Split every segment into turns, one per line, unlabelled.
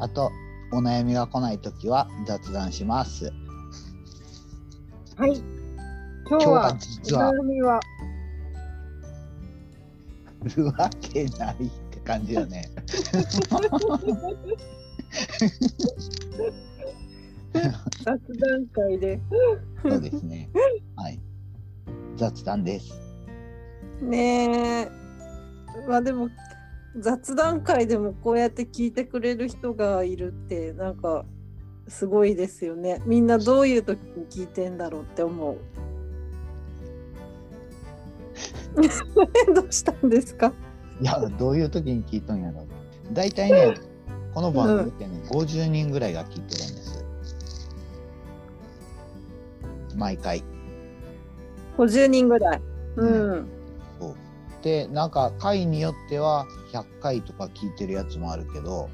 あとお悩みが来ないときは雑談します
はい。今日
今日は
は
実は
お悩みは
るわけないって感じだね。
雑談会で。
そうですね。はい。雑談です。
ねえ。まあでも雑談会でもこうやって聞いてくれる人がいるってなんかすごいですよね。みんなどういう時に聞いてんだろうって思う。 どうしたんですか。
いや、どういう時に聞いとんやろう。大体ね、この番組ってね、50人ぐらいが聞いてるんです。毎回。
50人ぐらい。うん。
そうで、なんか回によっては100回とか聞いてるやつもあるけど、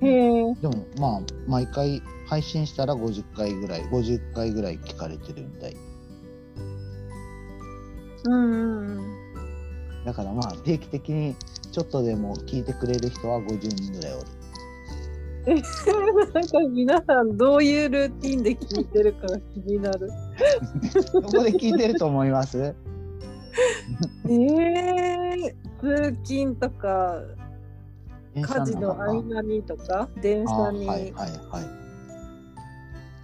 へえ。
でもまあ、毎回配信したら50回ぐらい、50回ぐらい聞かれてるみたい。
うんうんうん。
だからまあ定期的にちょっとでも聞いてくれる人は50人ぐらい おる。
なんか皆さんどういうルーティンで聞いてるかが気になる。
そこで聞いてると思い ます。
ええ通勤とか
電車
家事の合
中か
間にとか電
あ
車
ー
に、
はいはいはい。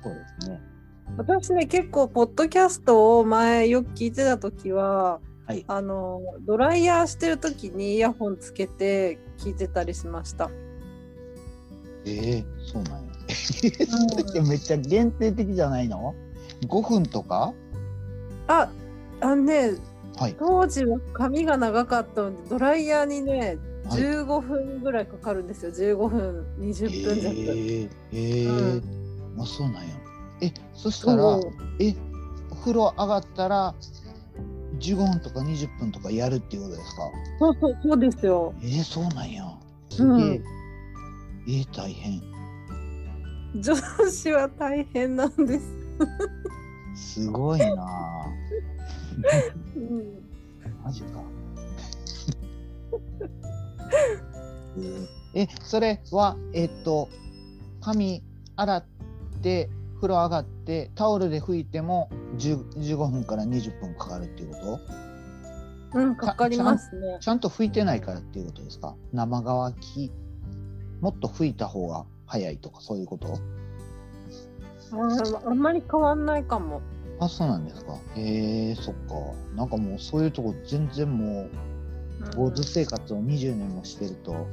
そうですね。
私ね結構ポッドキャストを前よく聞いてた時は、
はい
あのドライヤーしてる時にイヤホンつけて聞いてたりしました。
ええそうなんや。それってめっちゃ限定的じゃないの？5分とか？
ああのね
はい
当時は髪が長かったのでドライヤーにね
はい。
15分ぐらいかかるんですよ15分20分弱。
ええええ
う
あそうなんや。えそしたら
そう
えお風呂上がったら15分とか20分とかやるっていうことですか？
そうそうそうですよ。
えー、そうなんや。すげえ。
うん
えー、大変。
上司は大変なんです。
すごいな あ。
うん、
マジか。 えーえ、それは、えっと、髪洗って、風呂上がって、タオルで拭いても10 15分から20分かかるっていうこと
うん、かかりますね。
ちゃんと拭いてないからっていうことですか生乾き。もっと拭いた方が早いとか、そういうこと
あーあんまり変わんないかも。
あ、そうなんですか。へえそっか。なんかもうそういうとこ全然も
うん
う、坊主生活を20年もしてると、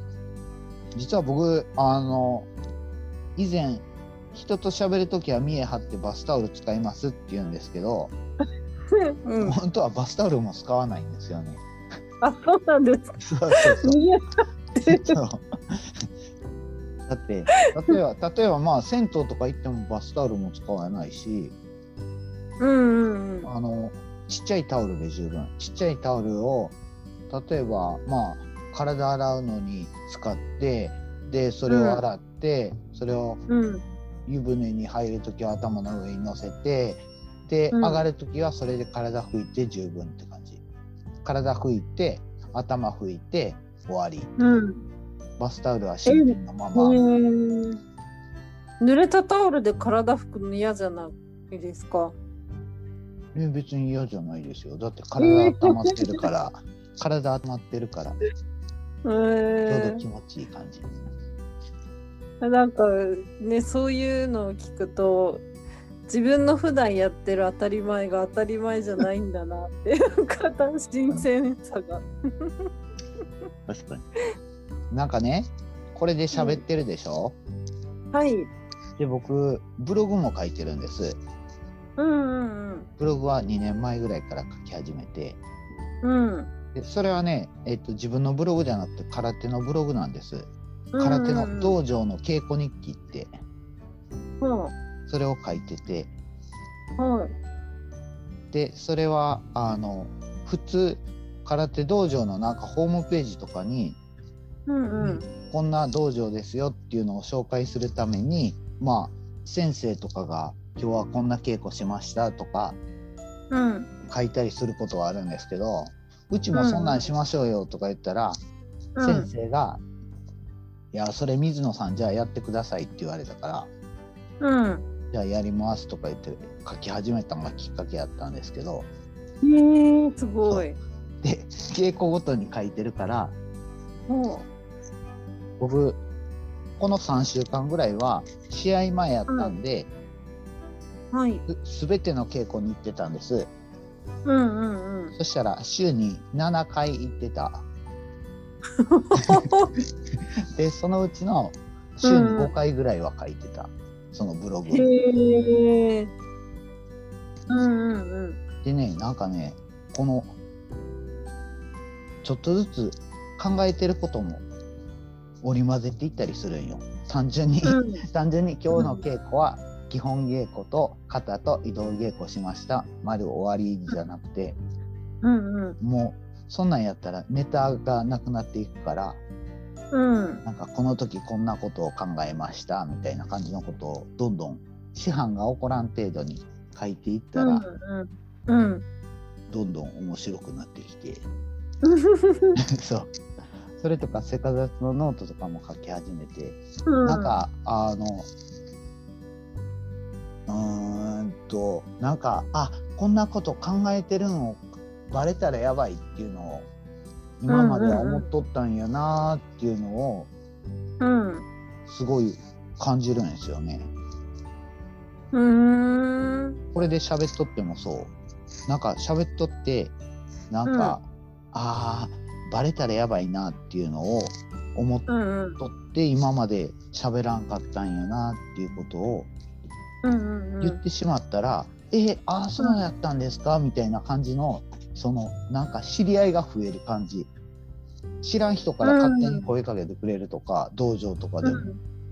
実は僕、あの、以前、人と喋るときは見え張ってバスタオル使いますって言うんですけど、
うん、
本当はバスタオルも使わないんですよね。
あ、そうなんで
そ
す。
うそうそう。
いや
そうだって、例えば、例えばまあ、銭湯とか行ってもバスタオルも使わないし、
うん、うん、
あのちっちゃいタオルで十分ちっちゃいタオルを例えばまあ体洗うのに使ってでそれを洗って、それを
うん、
湯船に入る時は頭の上に乗せてで、
うん
上がる時はそれで体拭いて十分って感じ体拭いて頭拭いて終わり
うん。
バスタオルは新品のまま、
へえ濡れたタオルで体拭くの嫌じゃないですか。
え別に嫌じゃないですよだって体温まってるから、体温まってるからちょ
え
うど
ー
気持ちいい感じ。
なんかねそういうのを聞くと自分の普段やってる当たり前が当たり前じゃないんだなって なんか新鮮さが。
確かに。なんかね、これで喋ってるでしょ、
はい。
で、僕、ブログも書いてるんです。
うんうん
ブログは2年前ぐらいから書き始めて、
うん。うん。
でそれはね、えっと、自分のブログじゃなくて、空手のブログなんです。空手の道場の稽古日記って
は
それを書いてて
いはい
でそれはあの普通空手道場のなんかホームページとかに
うんうん
こんな道場ですよっていうのを紹介するためにまあ先生とかが今日はこんな稽古しましたとか
うん
書いたりすることはあるんですけどうちもそんなんしましょうよとか言ったら、先生が「いやそれ水野さんじゃあやってください」って言われたから
うん
「じゃあやります」とか言って書き始めたのがきっかけやったんですけど
へえすごい
で稽古ごとに書いてるから
ほ
僕この3週間ぐらいは試合前やったんで、
うはい
す全ての稽古に行ってたんです
うんうんうん
そしたら週に7回行って たでそのうちの週に5回ぐらいは書いてた、そのブログに
へえうんうんうん
でねなんかねこのちょっとずつ考えてることも織り交ぜていったりするんよ単純に、
うん
単純に今日の稽古は基本稽古と肩と移動稽古しました丸終わりじゃなくて
うんうん
もうそんなんやったらネタがなくなっていくから
うん
なんかこの時こんなことを考えましたみたいな感じのことをどんどん師範が起こらん程度に書いていったら、
うんうんうん
どんどん面白くなってきて。 そう。それとか、せかざつのノートとかも書き始めて、
うん
なんか、あの、うーんと、なんか、あこんなこと考えてるのバレたらやばいっていうのを、今までは思っとったんやなーっていうのを、
うん
すごい感じるんですよね。
うーん
これで喋っとってもそう。なんか、喋っとって、なんか、あー、バレたらやばいなっていうのを思っ
うんうん
とって今まで喋らんかったんやなっていうことを
うんうんうん
言ってしまったら「えああそうやったんですか」みたいな感じのそのなんか知り合いが増える感じ知らん人から勝手に声かけてくれるとか、道場とかでも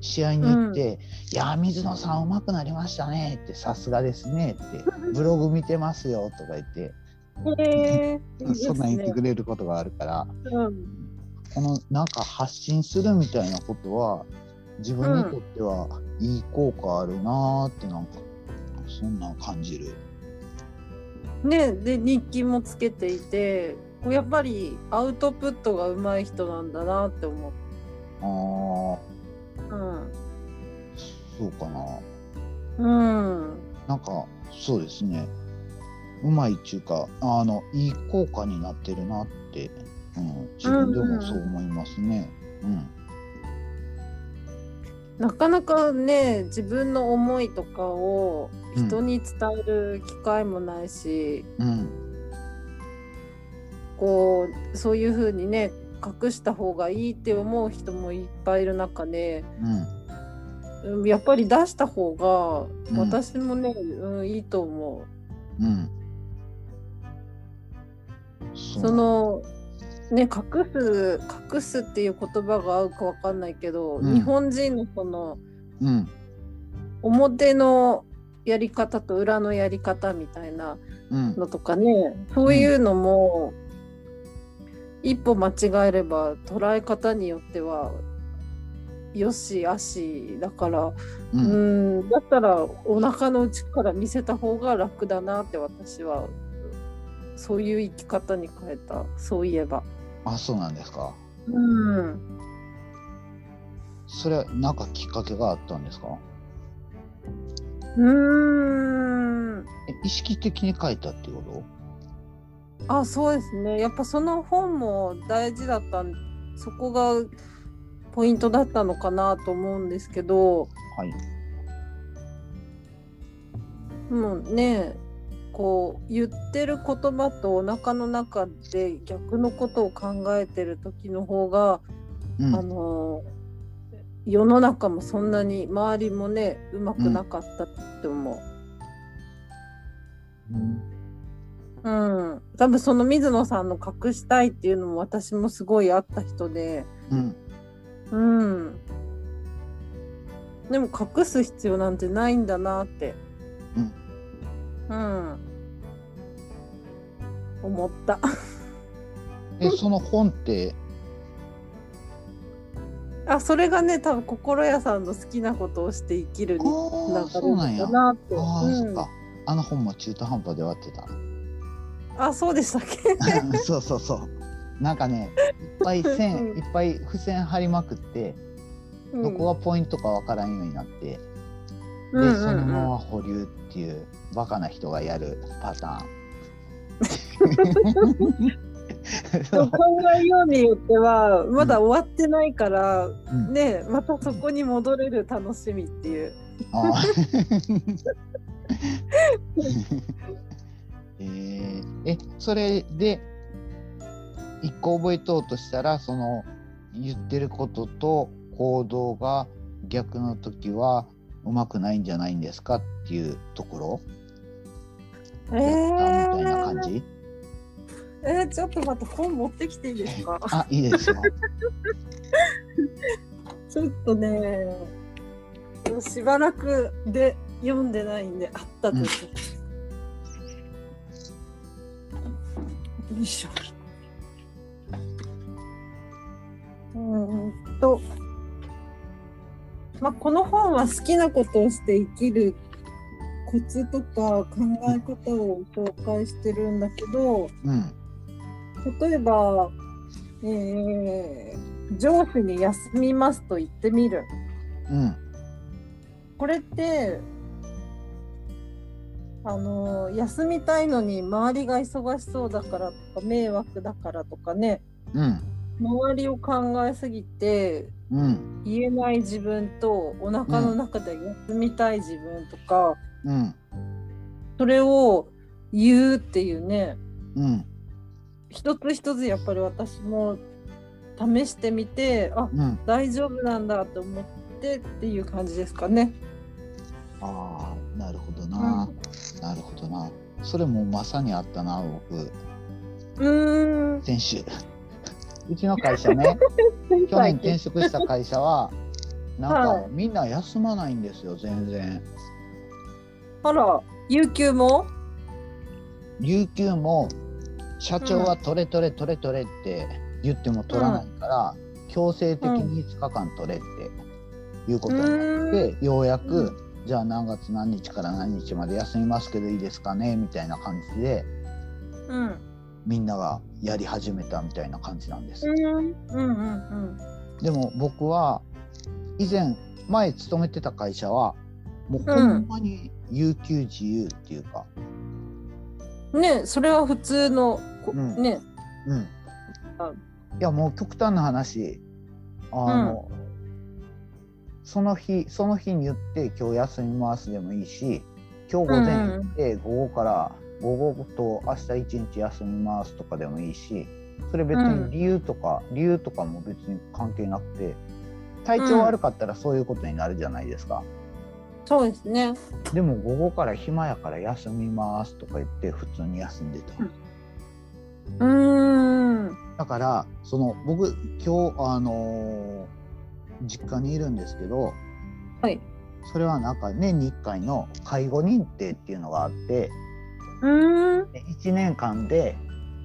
試合に行って「いやー水野さんうまくなりましたね」って「さすがですね」 って「ブログ見てますよ」とか言って
うんへえいいですね
そんなん言ってくれることがあるから。
うん
このなんか発信するみたいなことは自分にとってはいい効果あるなーってなんかそんなん感じる。
ねで日記もつけていてこうやっぱりアウトプットが上手い人なんだなって思う
あー
うん
そうかな。
うん
なんかそうですね。うまいっていうかあのいい効果になってるなって、うん、自分でもそう思いますね。うん、
なかなかね自分の思いとかを
うん
人に伝える機会もないし、
うん、
こうそういうふうにね隠した方がいいって思う人もいっぱいいる中で、
うん、
うんやっぱり出した方
うん
が私もね、うんいいと思
うん。
う。
そ
そのね隠す隠すっていう言葉が合うかわかんないけど、
うん
日本人のこの
うん、
表のやり方と裏のやり方みたいな
うん、
のとかねそういうのも、一歩間違えれば捉え方によってはよしあしだから
う、
うんんだったらお腹の内から見せた方が楽だなって私はそういう生き方に変えたそういえば。
あ、そうなんですか。
うん、
それはなんかきっかけがあったんですか。
うん
え意識的に書いたっていうこ
あそうですねやっぱその本も大事だったんそこがポイントだったのかなと思うんですけど、
とはい。
もうねこう言ってる言葉とお腹の中で逆のことを考えてる時の方が、
うん
あの世の中もそんなに周りもねうまくなかったって思う。
うん
うん、多分その水野さんの隠したいっていうのも私もすごいあった人で、
うん
うん。でも隠す必要なんてないんだなって。うん。思った。
えその本って
あ、それがね、多分心屋さんの好きなことをして生きるに
あ
つな
ーそ
が
うなん
る
や
のかなって。
あー、そっ
うん
かあの本も中途半端で終わって た
あ、そうでしたっけ。
そうそうそう。なんかね、いっぱい線、
うん
いっぱい付箋貼りまくって、どこがポイントかわからんようになって、で、
うんうんうん、
そのまま保留っていうバカな人がやるパタ ー
そう
ン。
考えようによってはまだ終わってないから、
うん、
ねまたそこに戻れる楽しみっていう
あー えーえ、それで一個覚えとうとしたらその言ってることと行動が逆の時はうまくないんじゃないんですかっていうとこ
え
ろやったみたいな感
ー、
じ、
えーちょっと待って本持ってきていいですか
あいいですよ
ちょっとねしばらくで読んでないんであったとき、よいしょうーんとまあこの本は好きなことをして生きるコツとか考え方を紹介してるんだけど、
うん
例えば、えー上司に休みますと言ってみる
うん
これってあの休みたいのに周りが忙しそうだからとか迷惑だからとかね
うん
周りを考えすぎて
うん
言えない自分とお腹の中で休みたい自分とか、
うん
それを言うっていうね、
うん
一つ一つやっぱり私も試してみてあ
うん
大丈夫なんだと思ってっていう感じですかね。
ああなるほどな、なるほどなそれもまさにあったな僕
うーん。
先週うちの会社 ね去年転職した会社はなん
は
かみんな休まないんですよ全然
あら有給も
有給も社長は取れ取れ取れ取れって言っても取らないから、強制的に5日間取れっていうことになって、ようやく、
う
じゃあ何月何日から何日まで休みますけどいいですかねみたいな感じで
うん
みんながやり始めたみたいな感じなんです。
うんうんうん
でも僕は以前前勤めてた会社はもうほんまに有給自由っていうか、
うん。ねそれは普通の、こ
うん
ね
うんいやもう極端な話あの、その日その日に言って今日休みますでもいいし今日午前行って午後から午後と明日一日休みますとかでもいいしそれ別に理由とか、理由とかも別に関係なくて体調悪かったらそういうことになるじゃないですか。
そうですね。
でも午後から暇やから休みますとか言って普通に休んでた。
うんうーん
だからその僕今日あのー実家にいるんですけど、
はい。
それはなんか年に1回の介護認定っていうのがあって、
うーん
で1年間で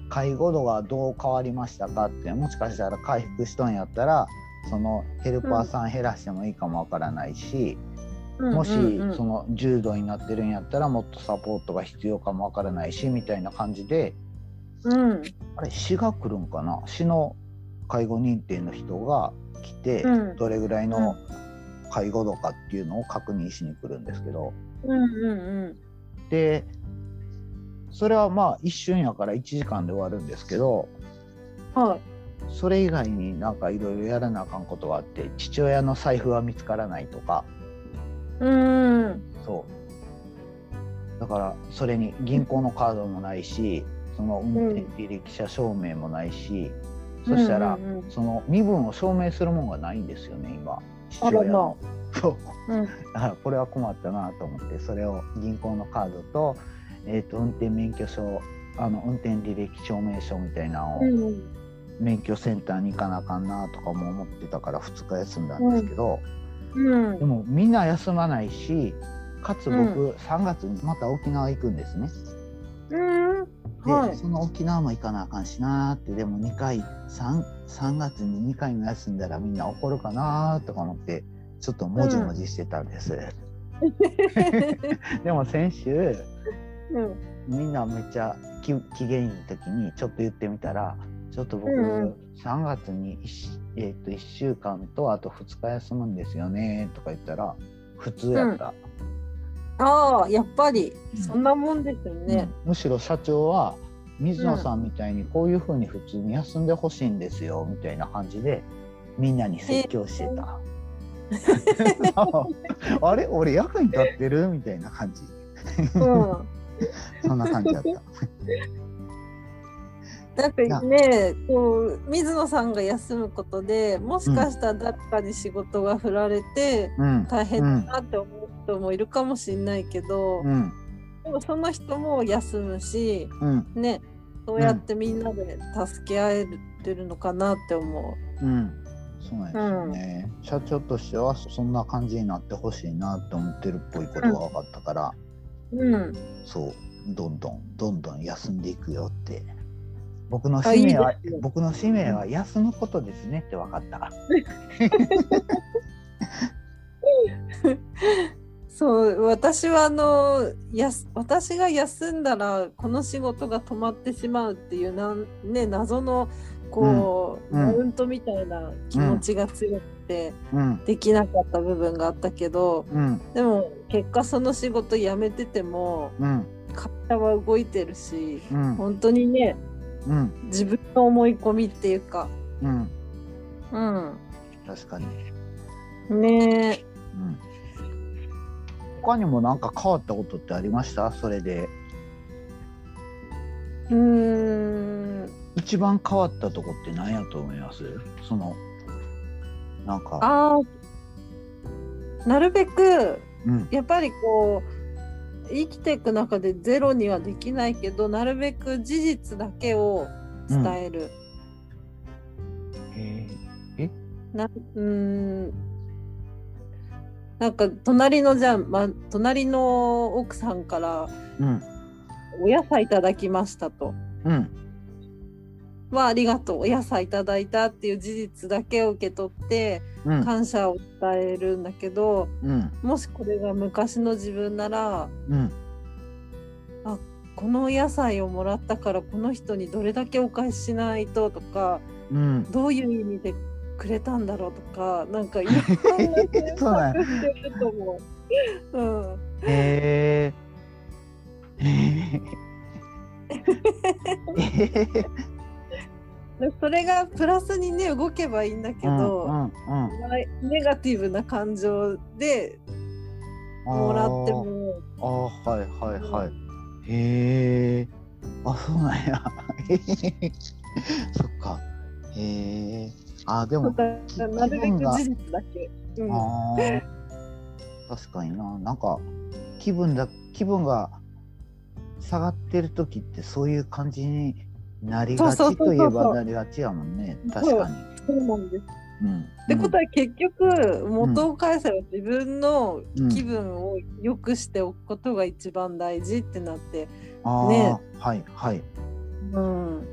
介護度がどう変わりましたかってもしかしたら回復しとんやったらそのヘルパーさん減らしてもいいかもわからないし、
うん。
もし
うんうん
その重度になってるんやったらもっとサポートが必要かもわからないしみたいな感じで
うん
あれ市が来るんかな市の介護認定の人が来て、
うん
どれぐらいの介護度かっていうのを確認しに来るんですけど
うんうん
でそれはまあ一瞬やから1時間で終わるんですけど
うんはい。
それ以外になんかいろいろやらなあかんことがあって父親の財布は見つからないとか
うーん
そうだからそれに銀行のカードもないしその運転履歴者証明もないし、そしたら
うんうんうん
その身分を証明するもんがないんですよね今父
あら
親
ま
の。 そう
あ。うん
あこれは困ったなと思ってそれを銀行のカードと,、えー、と運転免許証あの運転履歴証明書みたいなのを
うん
免許センターに行かなあかんなとかも思ってたから2日休んだんですけど、
うん
でもみんな休まないしかつ
う
僕3月にまた沖縄行くんですね。
うん
で、
はい
その沖縄も行かなあかんしなーってでも2回 3, 3月に2回も休んだらみんな怒るかなーとか思ってちょっともじもじしてたんです、でも先週
うん
みんなめっちゃき機嫌いい時にちょっと言ってみたらちょっと僕、
うん
3月に 1,、えーと1週間とあと2日休むんですよねとか言ったら普通やった、
ああやっぱり
うん
そんなもんですよね。
うんむしろ社長は水野さんみたいにこういうふうに普通に休んでほしいんですよみたいな感じでみんなに説教してた。 あれ俺役に立ってるみたいな感じ
うん
そんな感じだった。
なんかねこう水野さんが休むことでもしかしたら誰かに仕事が振られて
うん
大変だなって思う人もいるかもしれないけ
う
ど、
ん
でもその人も休むし
うん
ねそうやってみんなで助け合えてるのかなって思
うんそうなんですよね、社長としてはそんな感じになってほしいなって思ってるっぽいことが分かったから、
う。うん、
そうどんどんどんどん休んでいくよって僕の
あ
使命はい
いですね
僕の使命は休むことですねって分かった
そう私はあのやす私が休んだらこの仕事が止まってしまうっていうなん、ね、謎のこう、
うんうん
マウントみたいな気持ちが強く
うん
て。できなかった部分があったけど
うん
でも結果その仕事辞めてても
うん
会社は動いてるし
うん
本当にね
うん
自分の思い込みっていうか
うん
うん
確かに、
ねえ
うん、他にも何か変わったことってありましたそれで
うーん
一番変わったとこって何やと思いますそのなんか
あーなるべく
うん
やっぱりこう生きていく中でゼロにはできないけどなるべく事実だけを伝える、
へ
なうーんなんか隣のじゃあ、ま、隣の奥さんから
ーうん
「お野菜いただきました」と
うん
「はありがとうお野菜いただいた」っていう事実だけを受け取って
うん
感謝を伝えるんだけど
うん
もしこれが昔の自分なら
うん
このお野菜をもらったからこの人にどれだけお返ししないととか
うん
どういう意味でくれたんだろうとかなんかいろんな選
そうなん
択してると思う。 うん
へえ。へえ。
でそれがプラスにね動けばいいんだけど、
うんうんうん
まあネガティブな感情でもらっても
あーあーはいはいはい。へえ。あそうなんや。 へへへそっか。へえ。あで
だ
も。
からなるべく事実だけ。うん
あー確かにな。なんか気分だ気分が下がってる時ってそういう感じになりが
そう
ち
そうそうそ
と
う
いえばなりがちやもんね。確かに。
そうなんです
うん。
ってことは結局元を返せば自分の
うん
気分を良くしておくことが一番大事ってなって、
ああ、
ね
はいはい。
うん、